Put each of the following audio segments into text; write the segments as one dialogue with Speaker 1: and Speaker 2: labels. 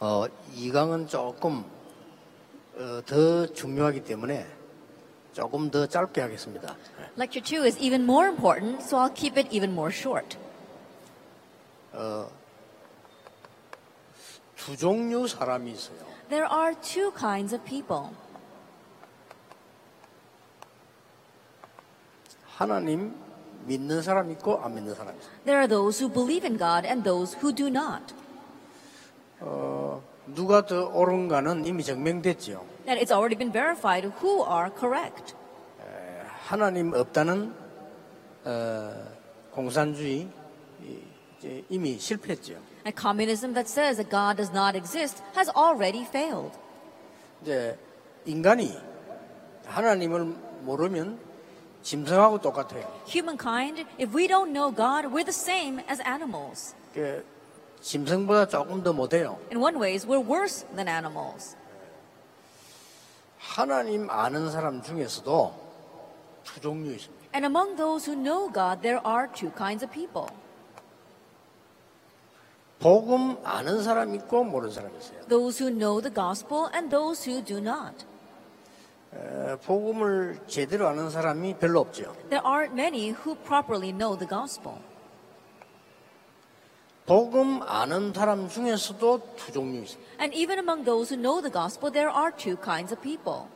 Speaker 1: 어, 이 강은 조금 어, 더 중요하기 때문에 조금 더 짧게 하겠습니다.
Speaker 2: Lecture 2 is even more important, so I'll keep it even more short.
Speaker 1: 두 종류 사람이 있어요.
Speaker 2: There are two kinds of people
Speaker 1: 하나님 믿는 사람 있고 안 믿는 사람 있어요.
Speaker 2: there are those who believe in God and those who do not.
Speaker 1: 누가 더 옳은가는 이미 증명됐지요.
Speaker 2: And it's already been verified who are correct.
Speaker 1: 하나님 없다는 어, 공산주의 이- 이제 이미 실패했죠.
Speaker 2: And communism that says that God does not exist has already failed.
Speaker 1: 이제 인간이 하나님을 모르면 짐승하고 똑같아요.
Speaker 2: Humankind, if we don't know God, we're the same as animals.
Speaker 1: 그 짐승보다 조금 더 못해요.
Speaker 2: In one ways, we're worse than animals.
Speaker 1: 하나님 아는 사람 중에서도 두 종류 있습니다.
Speaker 2: And among those who know God, there are two kinds of people.
Speaker 1: 복음 아는 사람 있고 모르는 사람 있어요.
Speaker 2: those who know the gospel and those who do not.
Speaker 1: 에, 복음을 제대로 아는 사람이 별로 없죠.
Speaker 2: There aren't many who properly know the gospel.
Speaker 1: 복음 아는 사람 중에서도 두 종류 있습니다.
Speaker 2: And even among those who know the gospel, there are two kinds of people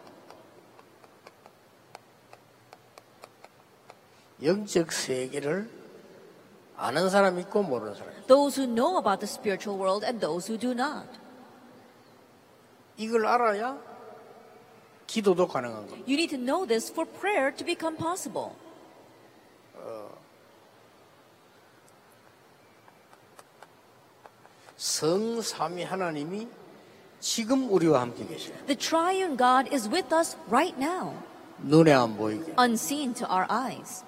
Speaker 1: 영적 세계를 아는 사람 있고 모르는 사람.
Speaker 2: those who know about the spiritual world and those who do not.
Speaker 1: 이걸 알아야 기도도 가능한 겁니다.
Speaker 2: You need to know this for prayer to become possible.
Speaker 1: 성삼위 하나님이 지금 우리와 함께 계셔요.
Speaker 2: The triune God is with us right now,
Speaker 1: 눈에 안 보이게.
Speaker 2: unseen to our eyes.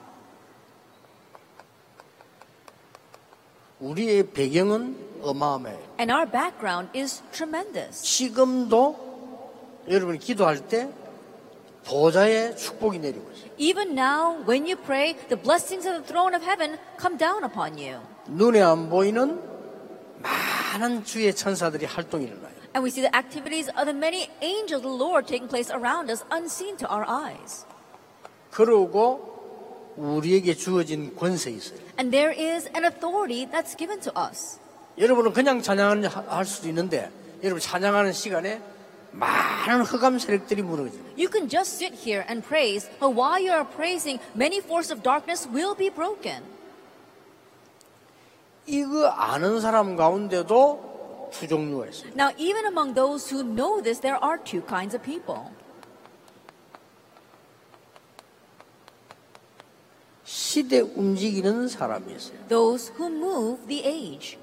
Speaker 1: 우리의 배경은 어마어마해요.
Speaker 2: And our background is tremendous.
Speaker 1: 지금도 여러분이 기도할 때 보좌의 축복이 내리고 있어요.
Speaker 2: Even now, when you pray, the blessings of the throne of heaven come down upon you.
Speaker 1: 눈에 안 보이는 많은 주의 천사들이 활동이 일어나요.
Speaker 2: And we see the activities of the many angels of the Lord taking place around us, unseen to our eyes.
Speaker 1: 그러고 우리에게 주어진 권세 있어요.
Speaker 2: And there is an authority that's given to us.
Speaker 1: 여러분은 그냥 찬양을 하- 할 수도 있는데 여러분 찬양하는 시간에 많은 흑암 세력들이 무너져요.
Speaker 2: You can just sit here and praise, but while you are praising, many forces of darkness will be broken.
Speaker 1: 이거 아는 사람 가운데도 두 종류가 있어요.
Speaker 2: Now, even among those who know this, there are two kinds of people
Speaker 1: 시대 움직이는 사람이 있어요.
Speaker 2: those who move the age.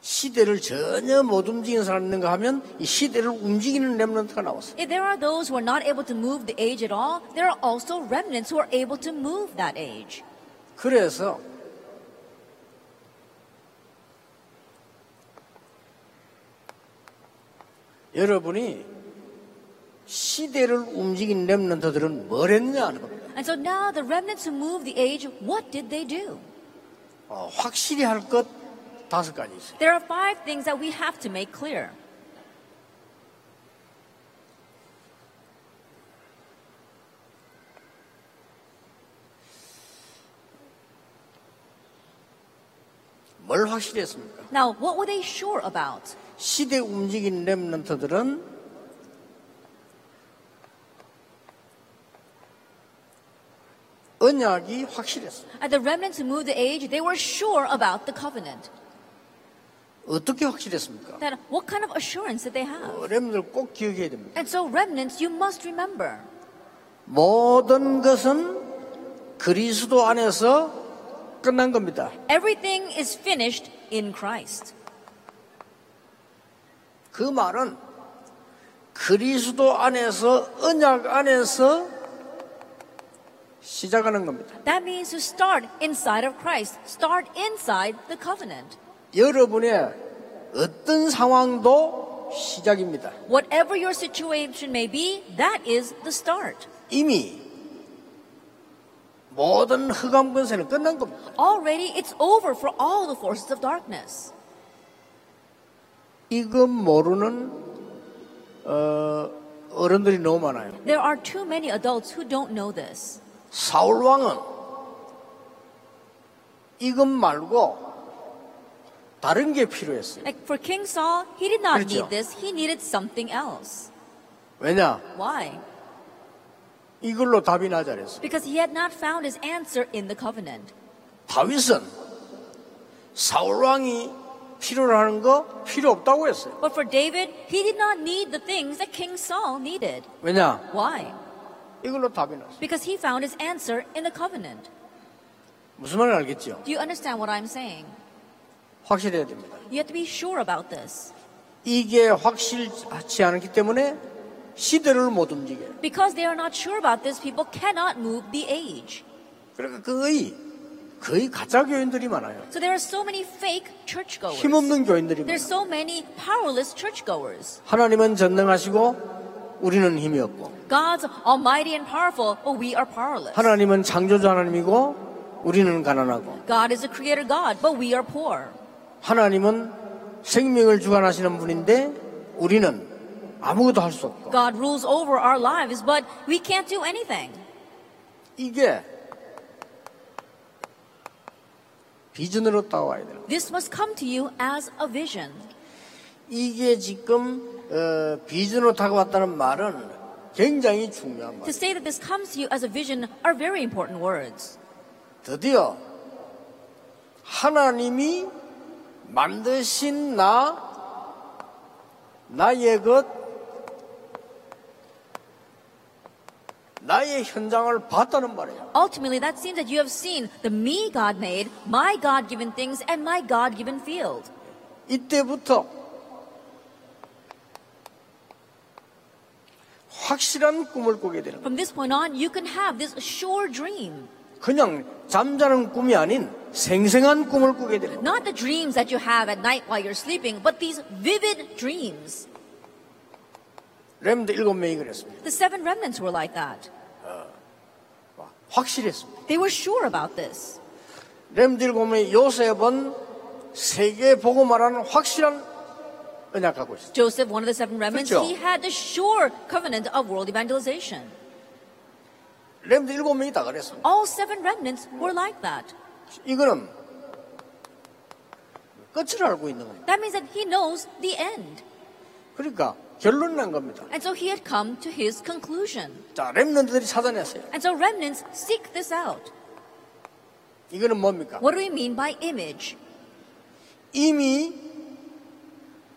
Speaker 1: 시대를 전혀 못 움직이는 사람 있는가 하면 이 시대를 움직이는 렘런트가 나왔어요.
Speaker 2: If there are those who are not able to move the age at all, there are also remnants who are able to move that age.
Speaker 1: 그래서 여러분이 시대를 움직인 렘런트들은 뭘 했느냐 하는 겁니다.
Speaker 2: And so now the remnants who move the age, what did they do?
Speaker 1: 어, 확실히 할 것 다섯 가지 있어요.
Speaker 2: There are five things that we have to make clear.
Speaker 1: 뭘 확실히 했습니까?
Speaker 2: Now, what were they sure about?
Speaker 1: 시대 움직인 렘넌트들은 언약이 확실했어요.
Speaker 2: At the remnants who moved the age, they were sure about the covenant.
Speaker 1: 어떻게 확실했습니까?
Speaker 2: Then, what kind of assurance did they have?
Speaker 1: 어, 렘넌트를 꼭 기억해야 됩니다.
Speaker 2: And so, remnants, you must remember
Speaker 1: 모든 것은 그리스도 안에서 끝난 겁니다.
Speaker 2: everything is finished in Christ.
Speaker 1: 그 말은 그리스도 안에서 언약 안에서 시작하는 겁니다.
Speaker 2: That means to start inside of Christ, start inside the covenant.
Speaker 1: 여러분의 어떤 상황도 시작입니다.
Speaker 2: Whatever your situation may be, that is the start.
Speaker 1: 이미 모든 흑암 권세는 끝난 겁니다.
Speaker 2: Already it's over for all the forces of darkness.
Speaker 1: 이거 모르는 어, 어른들이 너무 많아요.
Speaker 2: There are too many adults who don't know this.
Speaker 1: 사울 왕은 이것 말고 다른 게 필요했어요.
Speaker 2: Like for King Saul, he did not
Speaker 1: 그렇죠.
Speaker 2: need this, he needed something else.
Speaker 1: 왜냐?
Speaker 2: Why?
Speaker 1: 이걸로 답이 나자랬어.
Speaker 2: Because he had not found his answer in the covenant.
Speaker 1: 다윗은 사울 왕이 필요로 하는 거 필요 없다고 했어요.
Speaker 2: But for David, he did not need the things that King Saul needed.
Speaker 1: 왜냐?
Speaker 2: Why?
Speaker 1: 이걸로 답이 났어.
Speaker 2: Because he found his answer in the covenant.
Speaker 1: 무슨 말을 알겠죠?
Speaker 2: Do you understand what I'm saying?
Speaker 1: 확실해야 됩니다.
Speaker 2: You have to be sure about this.
Speaker 1: 이게 확실치 않기 때문에 시대를 못 움직여요.
Speaker 2: Because they are not sure about this, people cannot move the age.
Speaker 1: 그러니까 거의 거의 가짜 교인들이 많아요.
Speaker 2: So there are so many fake churchgoers.
Speaker 1: 힘없는 교인들이 많아요.
Speaker 2: There's so many powerless churchgoers.
Speaker 1: 하나님은 전능하시고 우리는 힘이 없고
Speaker 2: God's almighty and powerful, but we are powerless.
Speaker 1: 하나님은 창조주 하나님이고 우리는 가난하고
Speaker 2: God is a creator God, but we are poor.
Speaker 1: 하나님은 생명을 주관하시는 분인데 우리는 아무것도 할 수 없고
Speaker 2: God rules over our lives, but we can't do anything.
Speaker 1: 이게 비전으로 따와야 돼요.
Speaker 2: This must come to you as a vision.
Speaker 1: 이게 지금 어, 비전으로 타고 왔다는 말은 굉장히 중요한
Speaker 2: To
Speaker 1: 말이에요.
Speaker 2: say that this comes to you as a vision are very important words.
Speaker 1: 드디어 하나님이 만드신 나 나의 것 나의 현장을 봤다는 말이에요.
Speaker 2: Ultimately, that seems that you have seen the me God made, my God given things, and my God given field.
Speaker 1: 이때부터 확실한 꿈을 꾸게 되는 거예요.
Speaker 2: From this point on, you can have this sure dream.
Speaker 1: 그냥 잠자는 꿈이 아닌 생생한 꿈을 꾸게 되는 거예요.
Speaker 2: Not the dreams that you have at night while you're sleeping, but these vivid dreams.
Speaker 1: 렘드 일곱 명이 그랬습니다.
Speaker 2: The seven remnants were like that.
Speaker 1: 확실했습니다.
Speaker 2: They were sure about this.
Speaker 1: 렘드 일곱 명이 요셉은 세계 보고 말하는 확실한 언약 갖고 있어요.
Speaker 2: Joseph, one of the seven remnants,
Speaker 1: 그렇죠.
Speaker 2: he had the sure covenant of world evangelization.
Speaker 1: 렘드 일곱 명이 다 그랬습니다.
Speaker 2: All seven remnants were like that.
Speaker 1: 이거는 끝을 알고 있는 겁니다.
Speaker 2: That means that he knows the end.
Speaker 1: 그러니까 결론 난 겁니다.
Speaker 2: And so he had come to his conclusion.
Speaker 1: 자, 렘드들이 찾아냈어요.
Speaker 2: And so remnants seek this out.
Speaker 1: 이거는 뭡니까?
Speaker 2: What do we mean by image?
Speaker 1: 이미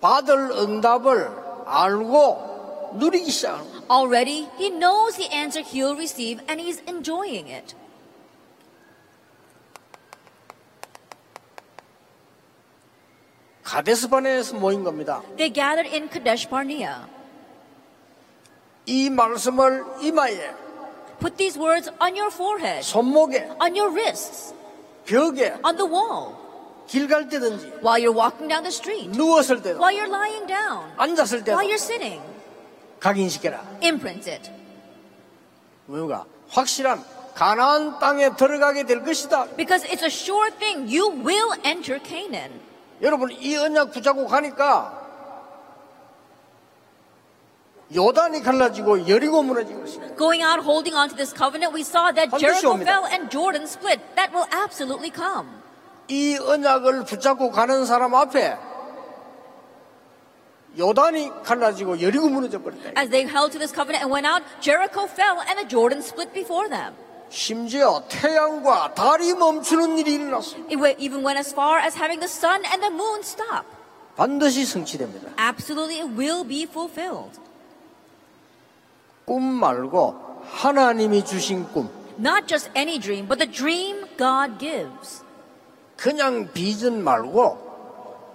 Speaker 1: 받을 응답을 알고 누리기 시작하는 거예요.
Speaker 2: Already, he knows the answer he'll receive and he's enjoying it.
Speaker 1: 가데스반에서 모인 겁니다.
Speaker 2: They gathered in Kadesh Barnea.
Speaker 1: 이 말씀을 이마에,
Speaker 2: Put these words on your forehead,
Speaker 1: 손목에,
Speaker 2: on your wrists,
Speaker 1: 벽에,
Speaker 2: on the wall,
Speaker 1: 길 갈 때든지,
Speaker 2: while you're walking down the street,
Speaker 1: 누웠을 때도,
Speaker 2: while you're lying down,
Speaker 1: 앉았을 때도
Speaker 2: while you're sitting.
Speaker 1: 각인시켜라.
Speaker 2: Imprint it.
Speaker 1: 뭐가 확실한 가나안 땅에 들어가게 될 것이다.
Speaker 2: Because it's a sure thing. You will enter Canaan.
Speaker 1: 여러분 이 언약 붙잡고 가니까 요단이 갈라지고 여리고 무너진 것입니다.
Speaker 2: Going out holding on to this covenant, we saw that
Speaker 1: 반드시
Speaker 2: Jericho
Speaker 1: 옵니다.
Speaker 2: fell and Jordan split. That will absolutely come.
Speaker 1: 이 언약을 붙잡고 가는 사람 앞에 요단이 갈라지고 여리고 무너져 버렸다.
Speaker 2: As they held to this covenant and went out, Jericho fell and the Jordan split before them.
Speaker 1: 심지어 태양과 달이 멈추는 일이 일어났어.
Speaker 2: It wa- even went as far as having the sun and the moon stop.
Speaker 1: 반드시 성취됩니다.
Speaker 2: Absolutely, it will be fulfilled.
Speaker 1: 꿈 말고 하나님이 주신 꿈.
Speaker 2: Not just any dream, but the dream God gives.
Speaker 1: 그냥 비전 말고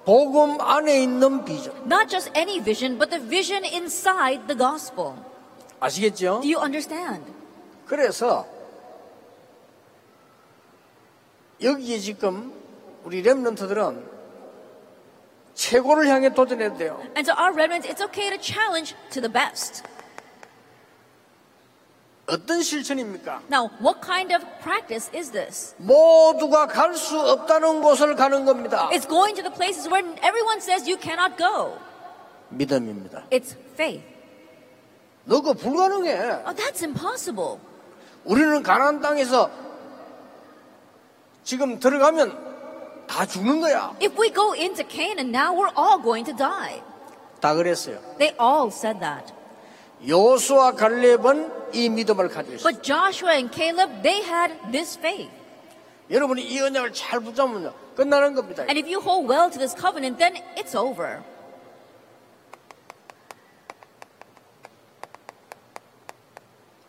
Speaker 1: 복음 안에 있는 비전.
Speaker 2: Not just any vision, but the vision inside the gospel.
Speaker 1: 아시겠죠?
Speaker 2: Do you understand?
Speaker 1: 그래서 여기에 지금 우리 렘런트들은 최고를 향해 도전해도 돼요.
Speaker 2: And so our remnants, it's okay to challenge to the best.
Speaker 1: 어떤 실천입니까?
Speaker 2: Now, what kind of practice is this?
Speaker 1: 모두가 갈 수 없다는 곳을 가는 겁니다.
Speaker 2: It's going to the places where everyone says you cannot go.
Speaker 1: 믿음입니다.
Speaker 2: It's faith.
Speaker 1: 너그 불가능해.
Speaker 2: Oh, that's impossible.
Speaker 1: 우리는 가나안 땅에서 지금 들어가면 다 죽는 거야.
Speaker 2: If we go into Canaan now, we're all going to die.
Speaker 1: 다 그랬어요.
Speaker 2: They all said that.
Speaker 1: 요수와 갈렙은 이 믿음을 가지고 있어요.
Speaker 2: But Joshua and Caleb, they had this faith.
Speaker 1: 여러분이 이 언약을 잘 붙잡으면 끝나는 겁니다.
Speaker 2: And if you hold well to this covenant, then it's over.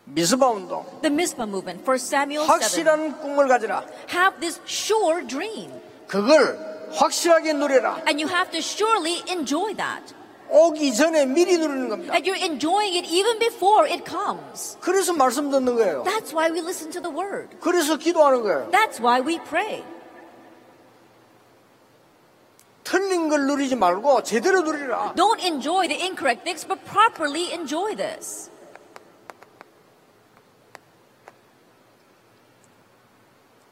Speaker 1: 미스바 운동.
Speaker 2: The Mizpah movement, 1 Samuel 7.
Speaker 1: 확실한 꿈을 가지라.
Speaker 2: Have this sure dream,
Speaker 1: 그걸 확실하게 누려라.
Speaker 2: and you have to surely enjoy that.
Speaker 1: 오기 전에 미리 누리는 겁니다.
Speaker 2: And you're enjoying it even before it comes.
Speaker 1: 그래서 말씀 듣는 거예요.
Speaker 2: That's why we listen to the word.
Speaker 1: 그래서 기도하는 거예요.
Speaker 2: That's why we pray.
Speaker 1: 틀린 걸 누리지 말고 제대로 누리라.
Speaker 2: Don't enjoy the incorrect things, but properly enjoy this.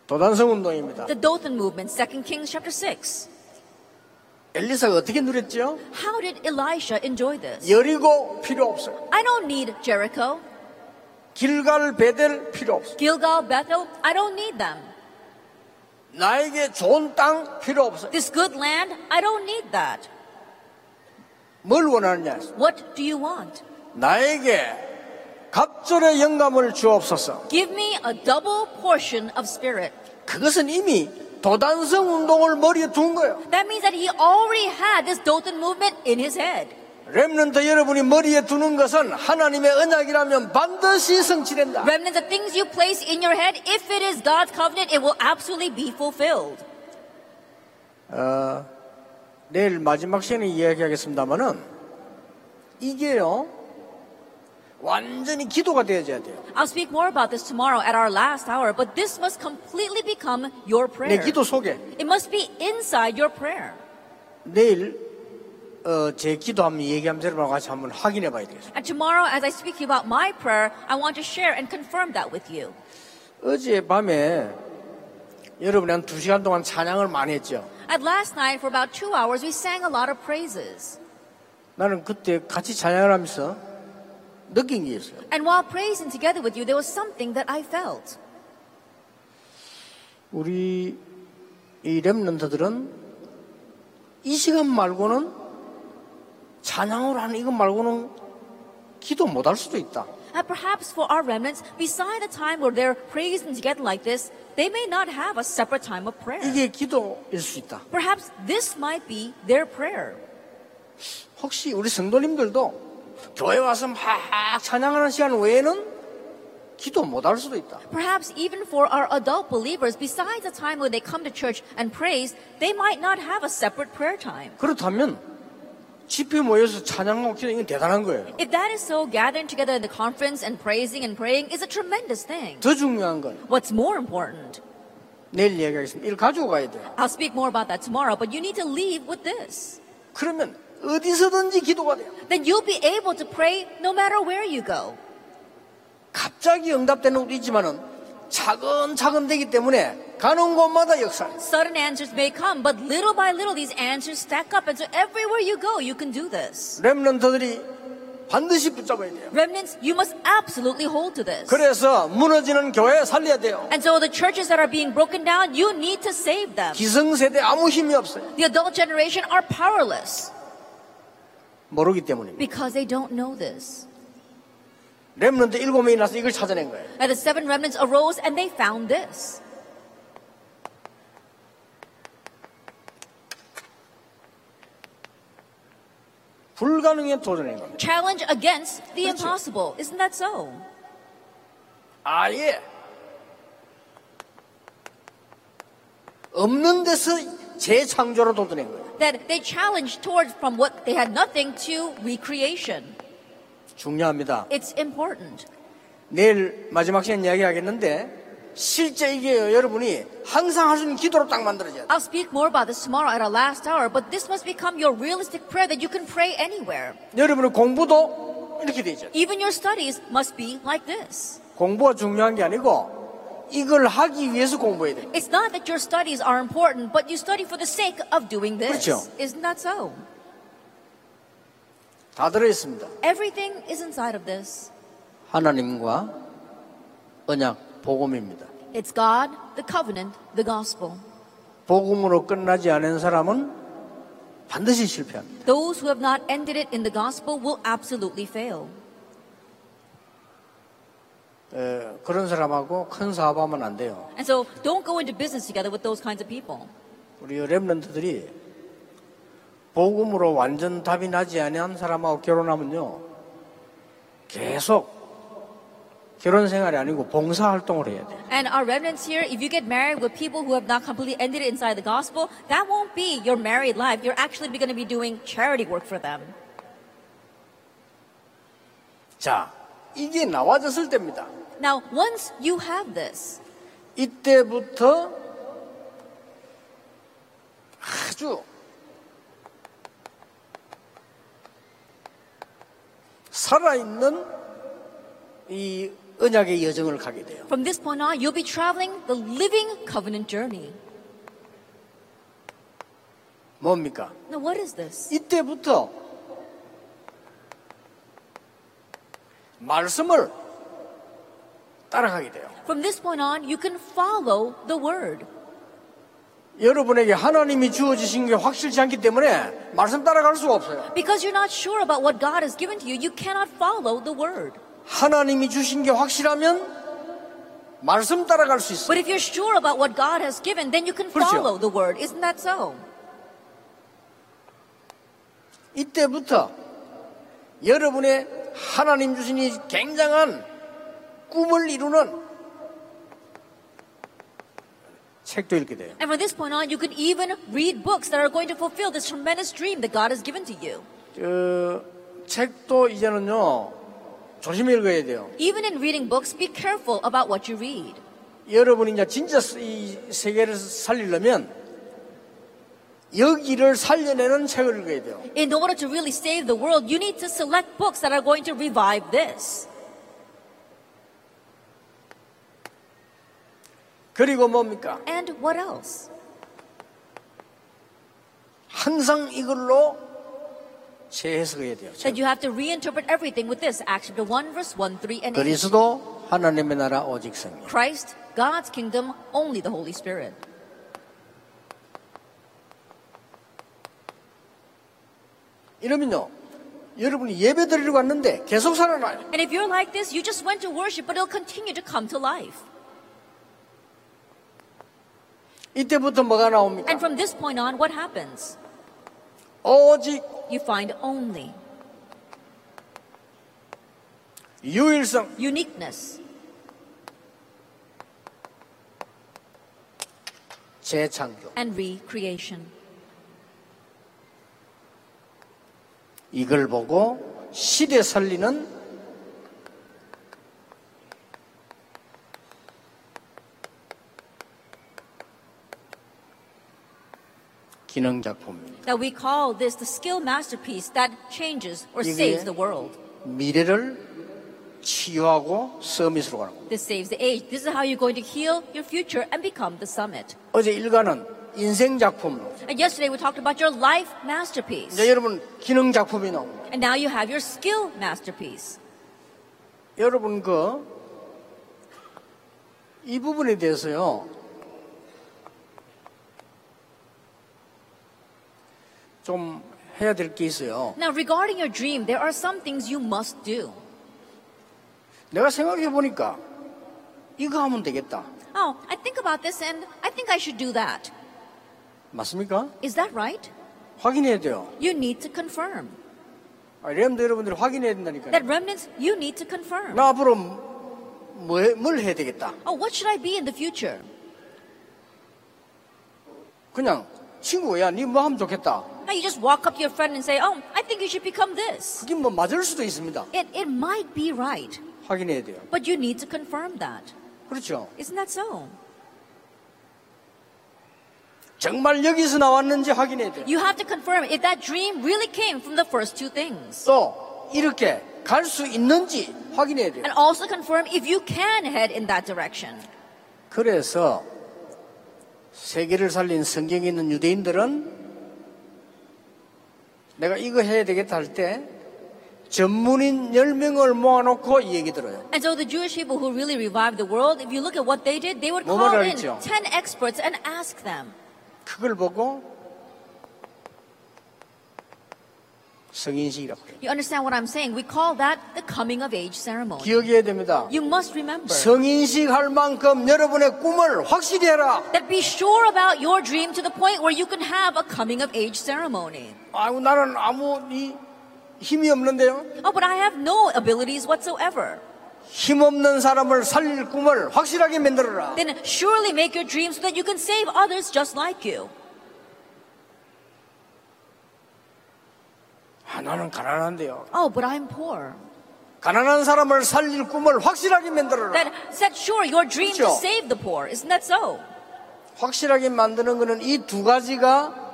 Speaker 1: 도단성 운동입니다.
Speaker 2: The Dothan movement, 2 Kings chapter 6.
Speaker 1: 엘리사가 어떻게 누렸죠?
Speaker 2: How did Elisha enjoy this?
Speaker 1: 여리고 필요 없어요.
Speaker 2: I don't need Jericho,
Speaker 1: 길갈 베델 필요 없어요.
Speaker 2: Gilgal, Bethel. I don't need them.
Speaker 1: 나에게 좋은 땅 필요 없어요.
Speaker 2: This good land, I don't need that.
Speaker 1: 뭘 원하느냐?
Speaker 2: What do you want?
Speaker 1: 나에게 갑절의 영감을 주옵소서.
Speaker 2: Give me a double portion of spirit.
Speaker 1: 그것은 이미 도단성 운동을 머리에 둔 거예요.
Speaker 2: That means that he already had this Dothan movement in his head.
Speaker 1: 렘넌트 여러분이 머리에 두는 것은 하나님의 언약이라면 반드시 성취된다.
Speaker 2: Remnants of things you place in your head, if it is God's covenant, it will absolutely be fulfilled.
Speaker 1: 내일 마지막 시간에 이야기하겠습니다만은 이게요 완전히 기도가 되어져야 돼요.
Speaker 2: I'll speak more about this tomorrow at our last hour, but this must completely become your
Speaker 1: 내
Speaker 2: prayer.
Speaker 1: 기도 속에
Speaker 2: It must be inside your prayer.
Speaker 1: 내일 어, 제 기도 한번 얘기하면서 여러분하고 같이 한번 확인해 봐야 되겠어요.
Speaker 2: And tomorrow, as I speak to you about my prayer, I want to share and confirm that with you.
Speaker 1: 어제 밤에 여러분이 한 두 시간 동안 찬양을 많이 했죠.
Speaker 2: At last night, for about two hours, we sang a lot of praises.
Speaker 1: 나는 그때 같이 찬양을 하면서 느낀 게 있어요.
Speaker 2: And while praising together with you, there was something that I felt.
Speaker 1: 우리 이 랩런터들은 이 시간 말고는 찬양을 하는 이것 말고는 기도 못 할 수도 있다.
Speaker 2: And perhaps for our remnants, beside the time where they're praising together like this, they may not have a separate time of prayer.
Speaker 1: 이게 기도일 수 있다.
Speaker 2: Perhaps this might be their prayer.
Speaker 1: 혹시 우리 성도님들도 교회 와서 막 찬양하는 시간 외에는 기도 못 할 수도 있다.
Speaker 2: Perhaps even for our adult believers, besides the time when they come to church and praise, they might not have a separate prayer time.
Speaker 1: 그렇다면 집회 모여서 찬양하고 기도하는 건 대단한 거예요.
Speaker 2: If that is so, gathering together in the conference and praising and praying is a tremendous thing.
Speaker 1: 더 중요한 건
Speaker 2: What's more important?
Speaker 1: 내일 얘기하겠습니다. 이걸 가지고 가야 돼요.
Speaker 2: I'll speak more about that tomorrow, but you need to leave with this.
Speaker 1: 그러면 어디서든지 기도가 돼요.
Speaker 2: Then you'll be able to pray no matter where you go.
Speaker 1: 갑자기 응답되는 것도 있지만은 차근차근 되기 때문에 가는 곳마다 역사예요.
Speaker 2: Sudden answers may come, but little by little these answers stack up, and so everywhere you go, you can do this.
Speaker 1: 렘런트들이 반드시 붙잡아야 돼요.
Speaker 2: Remnants, you must absolutely hold to this.
Speaker 1: 그래서 무너지는 교회 살려야 돼요.
Speaker 2: And so the churches that are being broken down, you need to save them.
Speaker 1: 기성세대 아무 힘이 없어요.
Speaker 2: The adult generation are powerless
Speaker 1: 모르기 때문입니다.
Speaker 2: because they don't know this.
Speaker 1: 렘런트 일곱 명이 나서 이걸 찾아낸 거예요.
Speaker 2: And the seven remnants arose and they found this.
Speaker 1: 불가능에 도전한 겁니다.
Speaker 2: Challenge against the
Speaker 1: 그렇죠.
Speaker 2: impossible. Isn't that so?
Speaker 1: 아예 없는 데서 재창조로 도전한 거예요.
Speaker 2: That they challenged towards from what they had nothing to recreation.
Speaker 1: 중요합니다.
Speaker 2: It's important.
Speaker 1: 내일 마지막 시간 이야기하겠는데 실제 이게 여러분이 항상 할 수 있는 기도로 딱 만들어져야 돼요.
Speaker 2: I'll speak more about this tomorrow at our last hour, but this must become your realistic prayer that you can pray anywhere.
Speaker 1: 여러분의 공부도 이렇게 되죠.
Speaker 2: Even your studies must be like this.
Speaker 1: 공부가 중요한 게 아니고 이걸 하기 위해서 공부해야 돼.
Speaker 2: It's not that your studies are important, but you study for the sake of doing this.
Speaker 1: 그렇죠.
Speaker 2: Isn't that so?
Speaker 1: 다 들어있습니다.
Speaker 2: Everything is inside of this.
Speaker 1: 하나님과 언약 복음입니다.
Speaker 2: It's God, the covenant, the gospel.
Speaker 1: 복음으로 끝나지 않은 사람은 반드시 실패합니다.
Speaker 2: Those who have not ended it in the gospel will absolutely fail.
Speaker 1: 에, 그런 사람하고 큰 사업하면 안 돼요.
Speaker 2: And so don't go into business together with those kinds of people.
Speaker 1: 우리 랩런트들이 복음으로 완전 답이 나지 않은 사람하고 결혼하면요. 계속 결혼 생활이 아니고 봉사 활동을 해야 돼요.
Speaker 2: And our remnants here, if you get married with people who have not completely ended it inside the gospel, that won't be your married life. You're actually going to be doing charity work for them.
Speaker 1: 자, 이게 나와졌을 때입니다.
Speaker 2: Now, once you have this,
Speaker 1: 이때부터 아주 살아있는 이 언약의 여정을 가게 돼요.
Speaker 2: from this point on, you'll be traveling the living covenant journey.
Speaker 1: 뭡니까?
Speaker 2: Now, what is this?
Speaker 1: 이때부터 말씀을 따라가게 돼요.
Speaker 2: From this point on, you can follow the word.
Speaker 1: 여러분에게 하나님이 주어지신 게 확실치 않기 때문에 말씀 따라갈 수가 없어요.
Speaker 2: Because you're not sure about what God has given to you, you cannot follow the word.
Speaker 1: 하나님이 주신 게 확실하면 말씀 따라갈 수 있어요.
Speaker 2: But if you're sure about what God has given, then you can
Speaker 1: 그렇죠.
Speaker 2: follow the word. Isn't that so?
Speaker 1: 이때부터 여러분의 하나님 주신 이 굉장한 꿈을 이루는 책도 읽게 돼요.
Speaker 2: And from this point on, you can even read books that are going to fulfill this tremendous dream that God has given to you.
Speaker 1: 그 책도 이제는요 조심히 읽어야 돼요.
Speaker 2: Even in reading books, be careful about what you read.
Speaker 1: 여러분이 이제 진짜 이 세계를 살리려면 여기를 살려내는 책을 읽어야 돼요.
Speaker 2: In order to really save the world, you need to select books that are going to revive this.
Speaker 1: 그리고 뭡니까?
Speaker 2: And what else?
Speaker 1: 항상 이걸로 재해석해야 돼요.
Speaker 2: That you have to reinterpret everything with this. Acts chapter 1, verse 1, 3, and 8.
Speaker 1: 그리스도 하나님의 나라 오직 성령.
Speaker 2: Christ, God's kingdom, only the Holy Spirit.
Speaker 1: 이러면요. 여러분이 예배 드리러 갔는데 계속 살아나요.
Speaker 2: And if you're like this, you just went to worship, but it'll continue to come to life.
Speaker 1: 이때부터 뭐가 나옵니까?
Speaker 2: And from this point on, what happens?
Speaker 1: 오직
Speaker 2: You find only
Speaker 1: 유일성.
Speaker 2: uniqueness.
Speaker 1: 재창조.
Speaker 2: and recreation.
Speaker 1: 이걸 보고 시대 살리는 기능 작품입니다.
Speaker 2: That we call this the skill masterpiece that changes or
Speaker 1: 이게-
Speaker 2: saves the world.
Speaker 1: 미래를 치유하고 서밋으로 가는 겁니다.
Speaker 2: This saves the age. This is how you're going to heal your future and become the summit.
Speaker 1: 어제 일가는 인생 작품으로.
Speaker 2: And yesterday we talked about your life masterpiece.
Speaker 1: 이제 여러분 기능 작품이 나옵니다.
Speaker 2: And now you have your skill masterpiece.
Speaker 1: 여러분 그 이 부분에 대해서요 좀 해야 될 게 있어요.
Speaker 2: Now, regarding your dream, there are some things you must do.
Speaker 1: 내가 생각해 보니까 이거 하면 되겠다.
Speaker 2: Oh, I think about this and I think I should do that.
Speaker 1: 맞습니까?
Speaker 2: Is that right?
Speaker 1: 확인해야 돼요.
Speaker 2: You need to confirm.
Speaker 1: 아, 램도 여러분들이 확인해야 된다니까요.
Speaker 2: That remnants, you need to confirm.
Speaker 1: 나 앞으로 뭐, 해- 뭘 해야 되겠다.
Speaker 2: Oh, what should I be in the future?
Speaker 1: 그냥 친구야, 니 뭐 하면 좋겠다.
Speaker 2: Now you just walk up to your friend and say, "Oh, I think you should become this."
Speaker 1: 그게 뭐 맞을 수도 있습니다.
Speaker 2: It it might be right,
Speaker 1: 확인해야 돼요.
Speaker 2: but you need to confirm that.
Speaker 1: 그렇죠.
Speaker 2: Isn't that so?
Speaker 1: 정말 여기서 나왔는지 확인해야 돼요.
Speaker 2: You have to confirm if that dream really came from the first two things.
Speaker 1: 또 이렇게 갈 수 있는지 확인해야 돼요.
Speaker 2: And also confirm if you can head in that direction.
Speaker 1: 그래서 세계를 살린 성경에 있는 유대인들은 내가 이거 해야 되겠다 할 때 전문인 10명을 모아놓고 이 얘기 들어요.
Speaker 2: And so the Jewish people who really revived the world, if you look at what they did, they would
Speaker 1: 뭐뭐
Speaker 2: call in
Speaker 1: 알죠?
Speaker 2: 10 experts and ask them.
Speaker 1: 그걸 보고 성인식이라고 해요.
Speaker 2: You understand what I'm saying? We call that the coming of age ceremony.
Speaker 1: 기억해야 됩니다.
Speaker 2: You must remember
Speaker 1: 성인식 할 만큼 여러분의 꿈을 확실히 해라.
Speaker 2: that be sure about your dream to the point where you can have a coming of age ceremony.
Speaker 1: 아이고 나는 아무 이 힘이 없는데요.
Speaker 2: Oh, but I have no abilities whatsoever.
Speaker 1: 힘 없는 사람을 살릴 꿈을 확실하게 만들어라.
Speaker 2: Then surely make your dream so that you can save others just like you.
Speaker 1: 아, 나는 가난한데요.
Speaker 2: Oh, but I'm poor.
Speaker 1: 가난한 사람을 살릴 꿈을 확실하게 만들어라.
Speaker 2: Then said, sure, your dream to
Speaker 1: 그렇죠.
Speaker 2: save the poor. Isn't that so?
Speaker 1: 확실하게 만드는 것은 이 두 가지가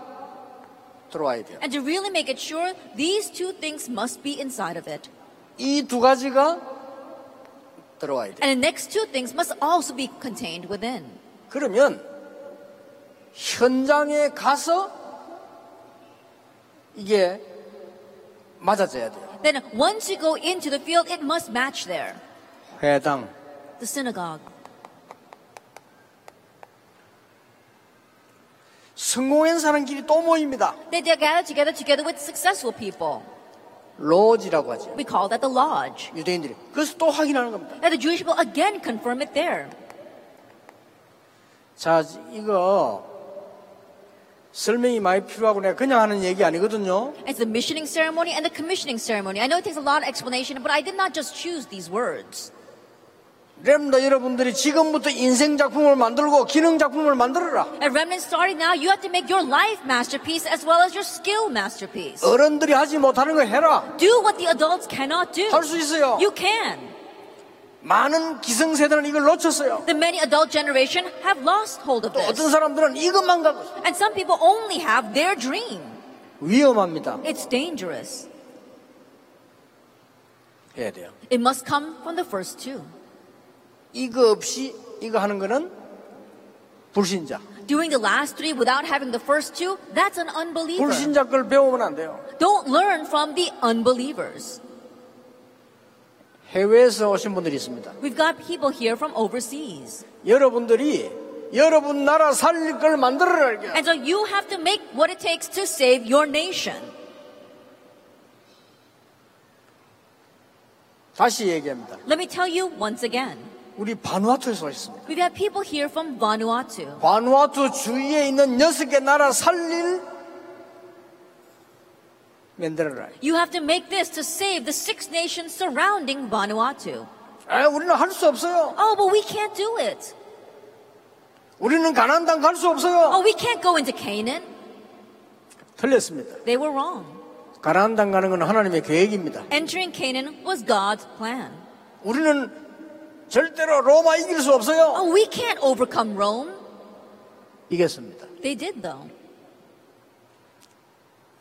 Speaker 1: 들어와야 돼요.
Speaker 2: And to really make it sure, these two things must be inside of it.
Speaker 1: 이 두 가지가 들어와야 돼요.
Speaker 2: And the next two things must also be contained within.
Speaker 1: 그러면 현장에 가서 이게 맞아져야 돼요.
Speaker 2: Then once you go into the field, it must match there.
Speaker 1: 회당,
Speaker 2: The synagogue.
Speaker 1: 성공한 사람끼리 또 모입니다.
Speaker 2: They they gather together together with successful people.
Speaker 1: 로지라고 하죠.
Speaker 2: We call that the lodge.
Speaker 1: 유대인들이. 그래서 또 확인하는 겁니다.
Speaker 2: And the Jewish people again confirm it there.
Speaker 1: 자, 이거 설명이 많이 필요하고 내가 그냥 하는 얘기 아니거든요.
Speaker 2: It's the missioning ceremony and the commissioning ceremony. I know it takes a lot of explanation, but I did not just choose these words.
Speaker 1: 렘더 여러분들이 지금부터 인생 작품을 만들고 기능 작품을 만들어라.
Speaker 2: At Remnant starting now, you have to make your life masterpiece as well as your skill masterpiece.
Speaker 1: 어른들이 하지 못하는 거 해라.
Speaker 2: Do what the adults cannot do.
Speaker 1: 할 수 있어요.
Speaker 2: You can.
Speaker 1: 많은 기성세대는 이걸 놓쳤어요.
Speaker 2: The many adult generation have lost hold of
Speaker 1: 또
Speaker 2: this.
Speaker 1: 어떤 사람들은 이것만 가고 있어요.
Speaker 2: And some people only have their dream.
Speaker 1: 위험합니다.
Speaker 2: It's dangerous.
Speaker 1: 해야 돼요.
Speaker 2: It must come from the first two.
Speaker 1: 이거 없이 이거 하는 거는 불신자.
Speaker 2: Doing the last three without having the first two, that's an unbeliever.
Speaker 1: 불신자 걸 배우면 안 돼요.
Speaker 2: Don't learn from the unbelievers.
Speaker 1: 해외에서 오신 분들이 있습니다.
Speaker 2: We've got people here from overseas.
Speaker 1: 여러분들이 여러분 나라 살릴 걸 만들어라. 이게.
Speaker 2: And so you have to make what it takes to save your nation.
Speaker 1: 다시 얘기합니다.
Speaker 2: Let me tell you once again.
Speaker 1: 우리 바누아투에서 오셨습니다.
Speaker 2: We've got people here from Vanuatu.
Speaker 1: 바누아투 주위에 있는 여섯 개 나라 살릴 만들어라.
Speaker 2: You have to make this to save the six nations surrounding Vanuatu.
Speaker 1: 아, 우리는 할 수 없어요.
Speaker 2: Oh, but we can't do it.
Speaker 1: 우리는 가나안 땅 갈 수 없어요.
Speaker 2: Oh, we can't go into Canaan.
Speaker 1: 틀렸습니다.
Speaker 2: They were wrong.
Speaker 1: 가나안 땅 가는 건 하나님의 계획입니다.
Speaker 2: Entering Canaan was God's plan.
Speaker 1: 우리는 절대로 로마 이길 수 없어요.
Speaker 2: Oh, we can't overcome Rome.
Speaker 1: 이겼습니다.
Speaker 2: They did, though.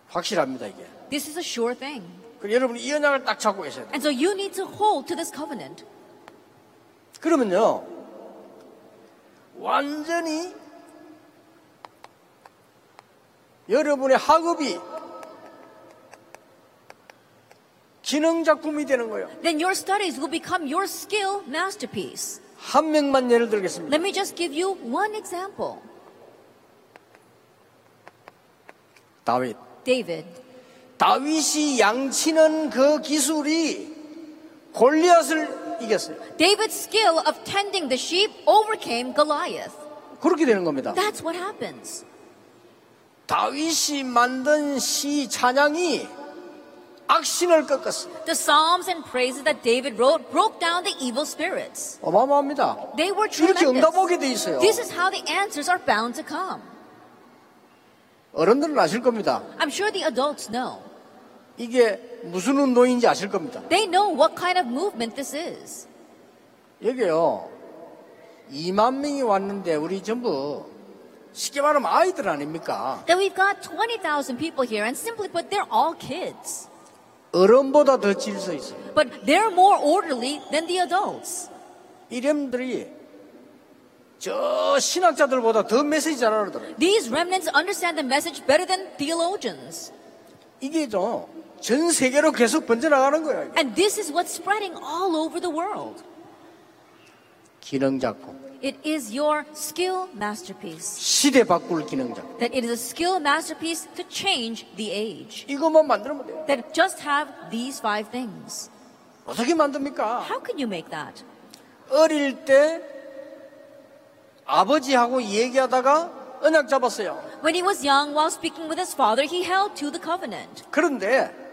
Speaker 1: 확실합니다 이게.
Speaker 2: This is a sure thing.
Speaker 1: 그리고 여러분 이 언약을 딱 잡고 계셔야 돼요.
Speaker 2: And so you need to hold to this covenant.
Speaker 1: 그러면요 완전히 여러분의 학업이 기능 작품이 되는 거예요.
Speaker 2: Then your studies will become your skill masterpiece.
Speaker 1: 한 명만 예를 들겠습니다.
Speaker 2: Let me just give you one example
Speaker 1: 다윗.
Speaker 2: David.
Speaker 1: 다윗이 양치는 그 기술이 골리앗을 이겼어요.
Speaker 2: David's skill of tending the sheep overcame Goliath.
Speaker 1: 그렇게 되는 겁니다.
Speaker 2: That's what happens.
Speaker 1: 다윗이 만든 시 찬양이 악신을 꺾었어요.
Speaker 2: The psalms and praises that David wrote broke down the evil spirits.
Speaker 1: 어마어마합니다.
Speaker 2: They were
Speaker 1: 이렇게
Speaker 2: tremendous.
Speaker 1: 응답하게 돼 있어요.
Speaker 2: This is how the answers are bound to come.
Speaker 1: 어른들은 아실 겁니다.
Speaker 2: I'm sure the adults know.
Speaker 1: 이게 무슨 운동인지 아실 겁니다.
Speaker 2: They know what kind of movement this is.
Speaker 1: 여기요. 2만 명이 왔는데 우리 전부 쉽게 말하면 아이들 아닙니까?
Speaker 2: That we've got 20,000 people here, and simply put, they're all kids.
Speaker 1: 어른보다 더 질서 있어요.
Speaker 2: But they're more orderly than the adults.
Speaker 1: 이렘들이 저 신학자들보다 더 메시지 잘 알아들어요.
Speaker 2: These remnants understand the message better than theologians.
Speaker 1: 이게 좀 전 세계로 계속 번져나가는 거야. 이게.
Speaker 2: And this is what's spreading all over the world.
Speaker 1: 기능 작품.
Speaker 2: It is your skill masterpiece.
Speaker 1: 시대 바꿀 기능 작품.
Speaker 2: That it is a skill masterpiece to change the age.
Speaker 1: 이것만 만들면 돼요.
Speaker 2: That just have these five things.
Speaker 1: 어떻게 만듭니까?
Speaker 2: How can you make that?
Speaker 1: 어릴 때 아버지하고 얘기하다가 언약 잡았어요.
Speaker 2: When he was young, while speaking with his father, he held to the covenant.
Speaker 1: 그런데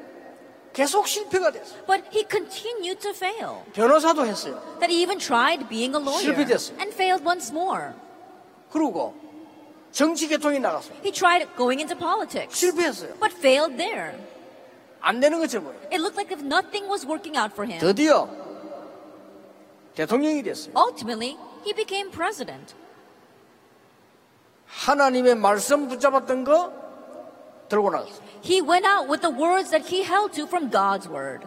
Speaker 1: 계속 실패가 됐어요.
Speaker 2: But he continued to fail.
Speaker 1: 변호사도 했어요.
Speaker 2: That he even tried being a lawyer
Speaker 1: 실패됐어요.
Speaker 2: and failed once more.
Speaker 1: 그리고 정치 계통이 나갔어요.
Speaker 2: He tried going into politics
Speaker 1: 실패했어요.
Speaker 2: but failed there.
Speaker 1: 안 되는 것처럼 보여요.
Speaker 2: It looked like if nothing was working out for him.
Speaker 1: 드디어 대통령이 됐어요.
Speaker 2: Ultimately, he became president.
Speaker 1: 하나님의 말씀 붙잡았던 거 들고 나갔어요.
Speaker 2: He went out with the words that he held to from God's word.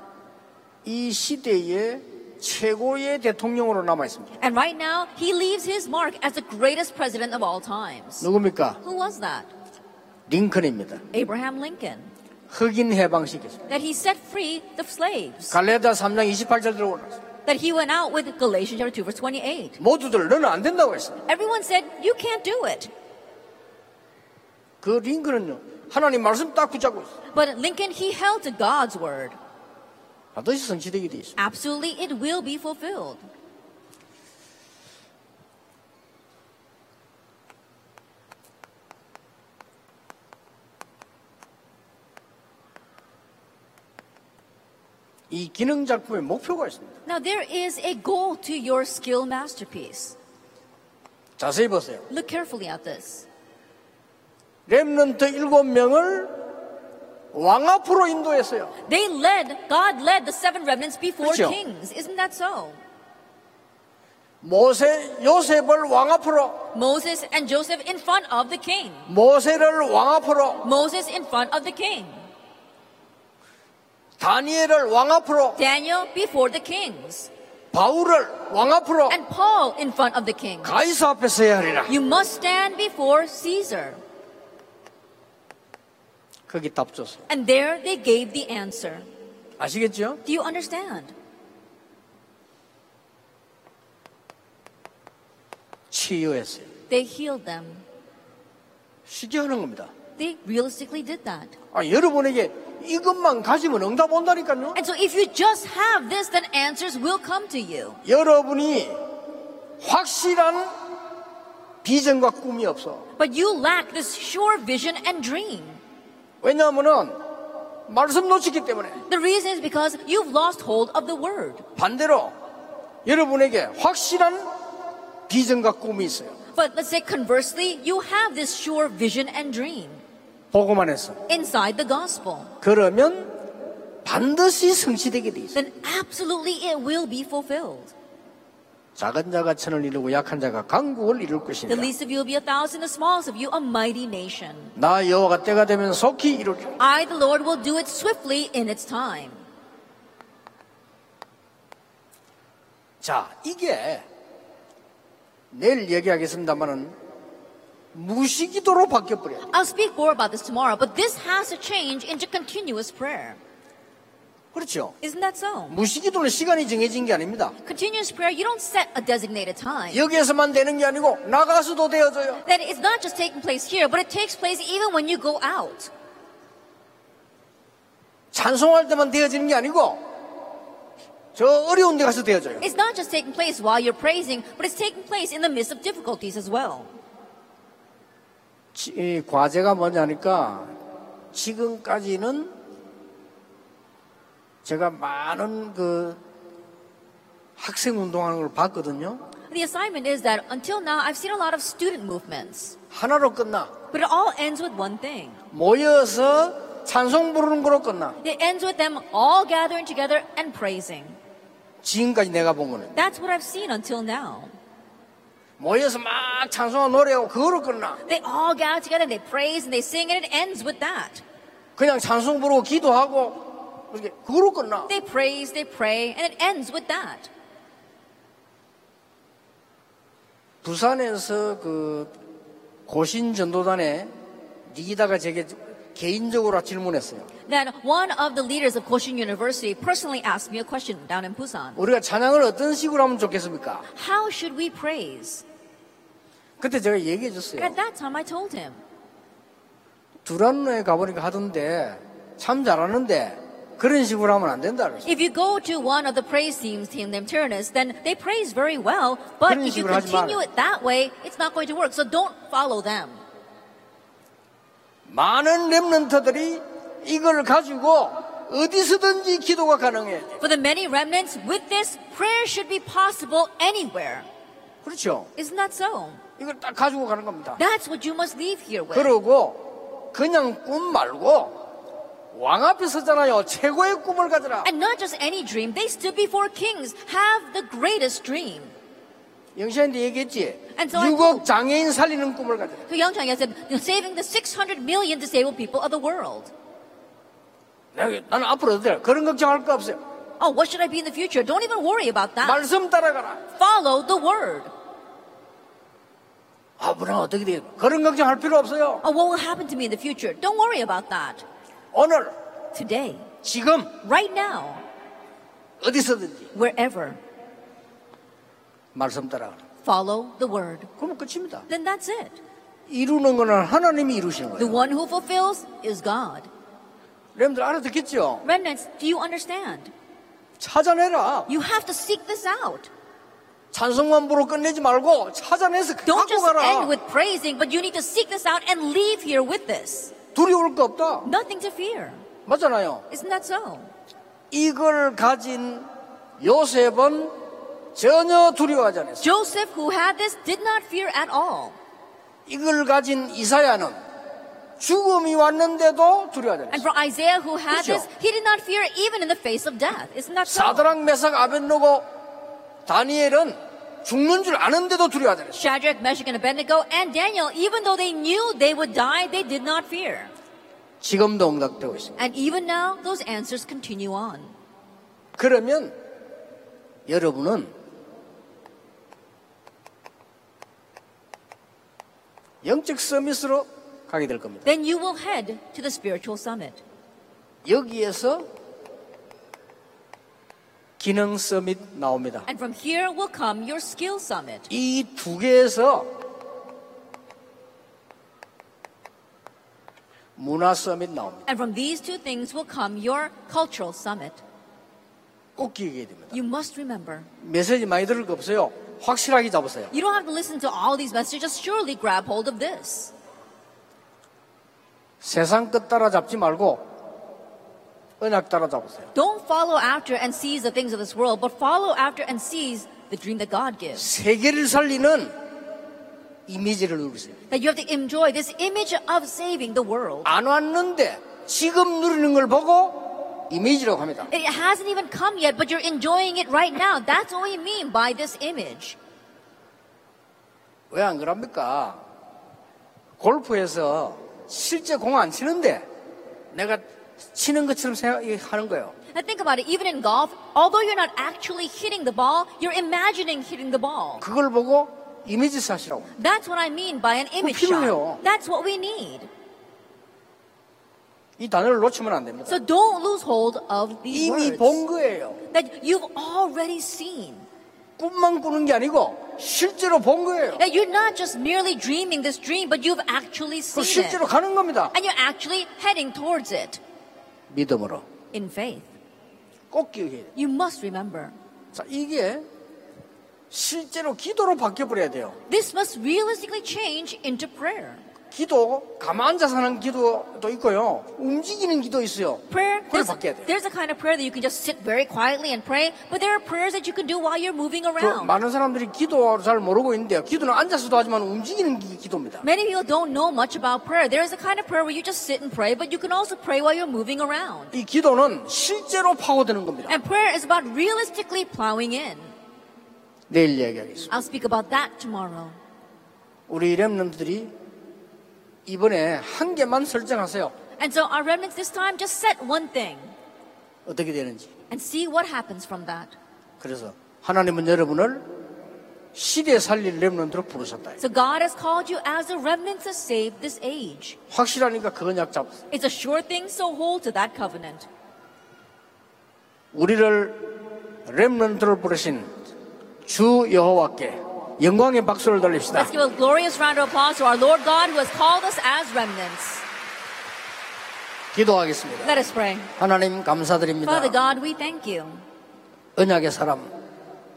Speaker 1: 이 시대의 최고의 대통령으로 남아 있습니다.
Speaker 2: And right now, he leaves his mark as the greatest president of all times.
Speaker 1: 누굽니까?
Speaker 2: Who was that?
Speaker 1: 링컨입니다.
Speaker 2: Abraham Lincoln.
Speaker 1: 흑인 해방시켰어요.
Speaker 2: That he set free the slaves.
Speaker 1: 갈레다 3장 28절 들고 나갔어요.
Speaker 2: That he went out with Galatians chapter 2 verse 28.
Speaker 1: 모두들 너는 안 된다고 했어요.
Speaker 2: Everyone said, you can't do it.
Speaker 1: 그 링컨은요. 하나님 말씀 딱 붙잡고 있어요.
Speaker 2: But Lincoln, he held to God's word.
Speaker 1: 반드시 성취되게 돼 있어요.
Speaker 2: Absolutely, it will be fulfilled.
Speaker 1: 이 기능 작품의 목표가 있습니다.
Speaker 2: Now, there is a goal to your skill masterpiece.
Speaker 1: 자세히 보세요.
Speaker 2: Look carefully at this.
Speaker 1: 렘넌트 일곱 명을 왕 앞으로 인도했어요.
Speaker 2: They led, God led the seven remnants before
Speaker 1: 그렇죠.
Speaker 2: kings. Isn't that so?
Speaker 1: 모세 요셉을 왕 앞으로
Speaker 2: Moses and Joseph in front of the king.
Speaker 1: 모세를 왕 앞으로
Speaker 2: Moses in front of the king.
Speaker 1: 다니엘을 왕 앞으로
Speaker 2: Daniel before the kings.
Speaker 1: 바울을 왕 앞으로
Speaker 2: And Paul in front of the king.
Speaker 1: 가이사 앞에 서야 하리라.
Speaker 2: You must stand before Caesar.
Speaker 1: 거기 답 줬어요.
Speaker 2: And there they gave the answer.
Speaker 1: 아시겠죠?
Speaker 2: Do you understand?
Speaker 1: 치유했어요.
Speaker 2: They healed them.
Speaker 1: 쉽게 하는 겁니다.
Speaker 2: They realistically did that.
Speaker 1: 아, 여러분에게 이것만 가지면 응답 온다니까요.
Speaker 2: And so if you just have this, then answers will come to you.
Speaker 1: 여러분이 확실한 비전과 꿈이 없어.
Speaker 2: But you lack this sure vision and dream.
Speaker 1: 왜냐하면은 말씀 놓치기 때문에
Speaker 2: The reason is because you've lost hold of the word.
Speaker 1: 반대로 여러분에게 확실한 비전과 꿈이 있어요.
Speaker 2: But let's say conversely, you have this sure vision and dream
Speaker 1: 보고만 했어.
Speaker 2: inside the gospel.
Speaker 1: 그러면 반드시 성취되게 돼 있어.
Speaker 2: Then absolutely it will be fulfilled.
Speaker 1: 작은 자가 천을 이루고 약한 자가 강국을 이룰
Speaker 2: The
Speaker 1: 것이다.
Speaker 2: least of you will be a thousand, the smallest of you a mighty nation.
Speaker 1: 나 여호와가 때가 되면 속히 이루리라.
Speaker 2: I, the Lord, will do it swiftly in its time.
Speaker 1: 자, 이게 내일 얘기하겠습니다만은 무시기도로 바뀌어 버려. 요
Speaker 2: I'll speak more about this tomorrow, but this has to change into continuous prayer.
Speaker 1: 그렇죠?
Speaker 2: Isn't that so?
Speaker 1: 무시기도는 시간이 정해진 게 아닙니다.
Speaker 2: Continuous prayer, you don't set a designated time.
Speaker 1: 여기에서만 되는 게 아니고 나가서도 되어져요.
Speaker 2: That it's not just taking place here, but it takes place even when you go out.
Speaker 1: 찬송할 때만 되어지는 게 아니고 저 어려운 데 가서 되어져요.
Speaker 2: It's not just taking place while you're praising, but it's taking place in the midst of difficulties as well.
Speaker 1: 지- 이 과제가 뭐냐니까 지금까지는 제가 많은 그 학생 운동하는 걸 봤거든요.
Speaker 2: The assignment is that until now, I've seen a lot of student movements,
Speaker 1: 하나로 끝나.
Speaker 2: but it all ends with one thing.
Speaker 1: 모여서 찬송 부르는 거로 끝나.
Speaker 2: It ends with them all gathering together and praising.
Speaker 1: 지금까지 내가 본 거는
Speaker 2: That's what I've seen until now.
Speaker 1: 모여서 막 찬송하고 노래하고 그거로 끝나.
Speaker 2: They all gather together, they praise and they sing, and it ends with that.
Speaker 1: 그냥 찬송 부르고 기도하고 그게 그거로 끝나.
Speaker 2: They praise, they pray, and it ends with that.
Speaker 1: 부산에서 그 고신 전도단에 니기다가 제게 개인적으로 질문했어요.
Speaker 2: Then one of the leaders of Koshin University personally asked me a question down in Busan.
Speaker 1: 우리가 찬양을 어떤 식으로 하면 좋겠습니까?
Speaker 2: How should we praise?
Speaker 1: 그때 제가 얘기해
Speaker 2: And
Speaker 1: 줬어요.
Speaker 2: At that time, I told him.
Speaker 1: 두란노에 가보니까 하던데 참 잘하는데 그런 식으로 하면 안 된다 그랬어요.
Speaker 2: If you go to one of the praise teams, Team Limturnus, then they praise very well, but
Speaker 1: 그런
Speaker 2: if you
Speaker 1: 식으로 하지
Speaker 2: continue
Speaker 1: 마라.
Speaker 2: it that way, it's not going to work. So don't follow them.
Speaker 1: 많은 렘넌트들이 이걸 가지고 어디서든지 기도가 가능해.
Speaker 2: For the many remnants, with this, prayer should be possible anywhere.
Speaker 1: 그렇죠?
Speaker 2: Isn't that so?
Speaker 1: 이걸 딱 가지고 가는 겁니다.
Speaker 2: That's what you must leave here with.
Speaker 1: 그러고 그냥 꿈 말고 왕 앞에 서잖아요. 최고의 꿈을 가져라.
Speaker 2: And not just any dream, they stood before kings. Have the greatest dream.
Speaker 1: 영시한테 얘기했지.
Speaker 2: And so I
Speaker 1: 6억 장애인 살리는 꿈을 가져라.
Speaker 2: So Yang Chang said, "You're saving the 600 million disabled people of the world.
Speaker 1: 내가- 나는 앞으로 어때? 그런 걱정할 거 없어요.
Speaker 2: Oh, what should I be in the future? Don't even worry about that.
Speaker 1: 말씀 따라가라.
Speaker 2: Follow the word.
Speaker 1: 아, 문화 어떻게 돼? 그런 걱정할 필요 없어요.
Speaker 2: Oh, what will happen to me in the future? Don't worry about that.
Speaker 1: 오늘,
Speaker 2: Today,
Speaker 1: 지금,
Speaker 2: right now,
Speaker 1: 어디서든지
Speaker 2: wherever,
Speaker 1: 말씀 따라가라.
Speaker 2: follow the word.
Speaker 1: 그러면 끝입니다.
Speaker 2: Then that's it.
Speaker 1: 이루는 거는 하나님이 이루시는
Speaker 2: The
Speaker 1: 거예요.
Speaker 2: one who fulfills is God.
Speaker 1: 여러분들 알아듣겠죠?
Speaker 2: Remnants, do you understand?
Speaker 1: 찾아내라.
Speaker 2: You have to seek this out.
Speaker 1: 찬송만 부로 끝내지 말고 찾아내서
Speaker 2: Don't
Speaker 1: 갖고
Speaker 2: just
Speaker 1: 가라.
Speaker 2: end with praising, but you need to seek this out and leave here with this.
Speaker 1: 두려울 거 없다.
Speaker 2: Nothing to fear.
Speaker 1: 맞잖아요.
Speaker 2: Isn't that so?
Speaker 1: 이걸 가진 요셉은 전혀 두려워하지 않았어요.
Speaker 2: Joseph, who had this, did not fear at all.
Speaker 1: 이걸 가진 이사야는 죽음이 왔는데도 두려워하지 않았어요.
Speaker 2: And for Isaiah, who had
Speaker 1: 그렇죠.
Speaker 2: this, he did not fear even in the face of death. Isn't that so?
Speaker 1: 사드락 메삭 아벤노고 다니엘은 죽는 줄 아는데도 두려워하지 않았어요.
Speaker 2: Shadrach, Meshach, and Abednego, and Daniel, even though they knew they would die, they did not fear.
Speaker 1: 지금도 응답되고 있습니다.
Speaker 2: And even now, those answers continue on.
Speaker 1: 그러면 여러분은 영적 서밋으로 가게 될 겁니다.
Speaker 2: Then you will head to the spiritual summit.
Speaker 1: 여기에서 기능 서밋 나옵니다.
Speaker 2: And from here will come your skill summit.
Speaker 1: 이 두 개에서 문화 서밋 나옵니다.
Speaker 2: And from these two things will come your cultural summit.
Speaker 1: 꼭 기억해야 됩니다.
Speaker 2: You must remember.
Speaker 1: 메시지 많이 들을 거 없어요. 확실하게 잡으세요.
Speaker 2: You don't have to listen to all these messages, just surely grab hold of this.
Speaker 1: 세상 끝 따라 잡지 말고 언약 따라 잡으세요.
Speaker 2: Don't follow after and seize the things of this world, but follow after and seize the dream that God gives.
Speaker 1: 세계를 살리는 이미지를 누리세요.
Speaker 2: That you have to enjoy this image of saving the world.
Speaker 1: 안 왔는데 지금 누리는 걸 보고 이미지라고 합니다.
Speaker 2: It hasn't even come yet, but you're enjoying it right now. That's what we mean by this image.
Speaker 1: 왜 안 그럽니까? 골프에서 실제 공 안 치는데 내가 치는 것처럼 생각하는 거예요.
Speaker 2: Now think about it, even in golf, although you're not actually hitting the ball, you're imagining hitting the ball.
Speaker 1: 그걸 보고 이미지 사시라고. 합니다.
Speaker 2: That's what I mean by an image
Speaker 1: 필요해요.
Speaker 2: shot. That's what we need.
Speaker 1: 이 단어를 놓치면 안 됩니다.
Speaker 2: So don't lose hold of these
Speaker 1: 이미
Speaker 2: words
Speaker 1: 본 거예요.
Speaker 2: that you've already seen.
Speaker 1: 꿈만 꾸는 게 아니고 실제로 본 거예요.
Speaker 2: That you're not just merely dreaming this dream, but you've actually
Speaker 1: 그
Speaker 2: seen it.
Speaker 1: 실제로 가는 겁니다.
Speaker 2: And you're actually heading towards it
Speaker 1: 믿음으로
Speaker 2: in faith.
Speaker 1: 꼭 기억해야 돼요.
Speaker 2: You must remember.
Speaker 1: 자, 이게 실제로 기도로 바뀌어버려야 돼요.
Speaker 2: This must realistically change into prayer.
Speaker 1: 기도, 가만 앉아서 하는 기도도 있고요. 움직이는 기도 있어요.
Speaker 2: Prayer,
Speaker 1: 그걸
Speaker 2: there's,
Speaker 1: 바뀌어야 돼요.
Speaker 2: there's a kind of prayer that you can just sit very quietly and pray, but there are prayers that you can do while you're moving
Speaker 1: 그
Speaker 2: around.
Speaker 1: 많은 사람들이 기도를 잘 모르고 있는데요. 기도는 앉아서도 하지만 움직이는 기, 기도입니다.
Speaker 2: Many people don't know much about prayer. There is a kind of prayer where you just sit and pray, but you can also pray while you're moving around.
Speaker 1: 이 기도는 실제로 파고드는 겁니다.
Speaker 2: And prayer is about realistically plowing in.
Speaker 1: 내일 이야기하겠습니다.
Speaker 2: I'll speak about that tomorrow.
Speaker 1: 우리 렘런들이 이번에 한 개만 설정하세요.
Speaker 2: And so, our remnants this time just set one thing.
Speaker 1: 어떻게 되는지.
Speaker 2: and see what happens from that.
Speaker 1: 그래서 하나님은 여러분을 시대 살릴 렘넌트로 부르셨다.
Speaker 2: So God has called you as a remnant to save this age.
Speaker 1: 확실하니까 그 언약 잡으세요.
Speaker 2: It's a sure thing, so hold to that covenant.
Speaker 1: 우리를 렘넌트로 부르신 주 여호와께 영광의 박수를 돌립시다.
Speaker 2: Let's give a glorious round of applause to our Lord God who has called us as remnants.
Speaker 1: 기도하겠습니다.
Speaker 2: Let us pray.
Speaker 1: 하나님 감사드립니다.
Speaker 2: Father God, we thank you.
Speaker 1: 언약의 사람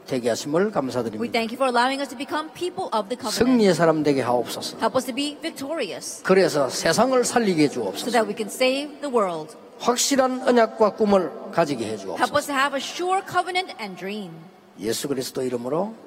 Speaker 1: 되게 하심을
Speaker 2: We
Speaker 1: 감사드립니다.
Speaker 2: thank you for allowing us to become people of the covenant.
Speaker 1: 승리의 사람 되게 하옵소서.
Speaker 2: Help us to be victorious
Speaker 1: 그래서 세상을 살리게 해
Speaker 2: so
Speaker 1: 주옵소서.
Speaker 2: that we can save the world.
Speaker 1: 확실한 언약과 꿈을 가지게 해
Speaker 2: Help
Speaker 1: 주옵소서.
Speaker 2: us to have a sure covenant and dream.
Speaker 1: 예수 그리스도 이름으로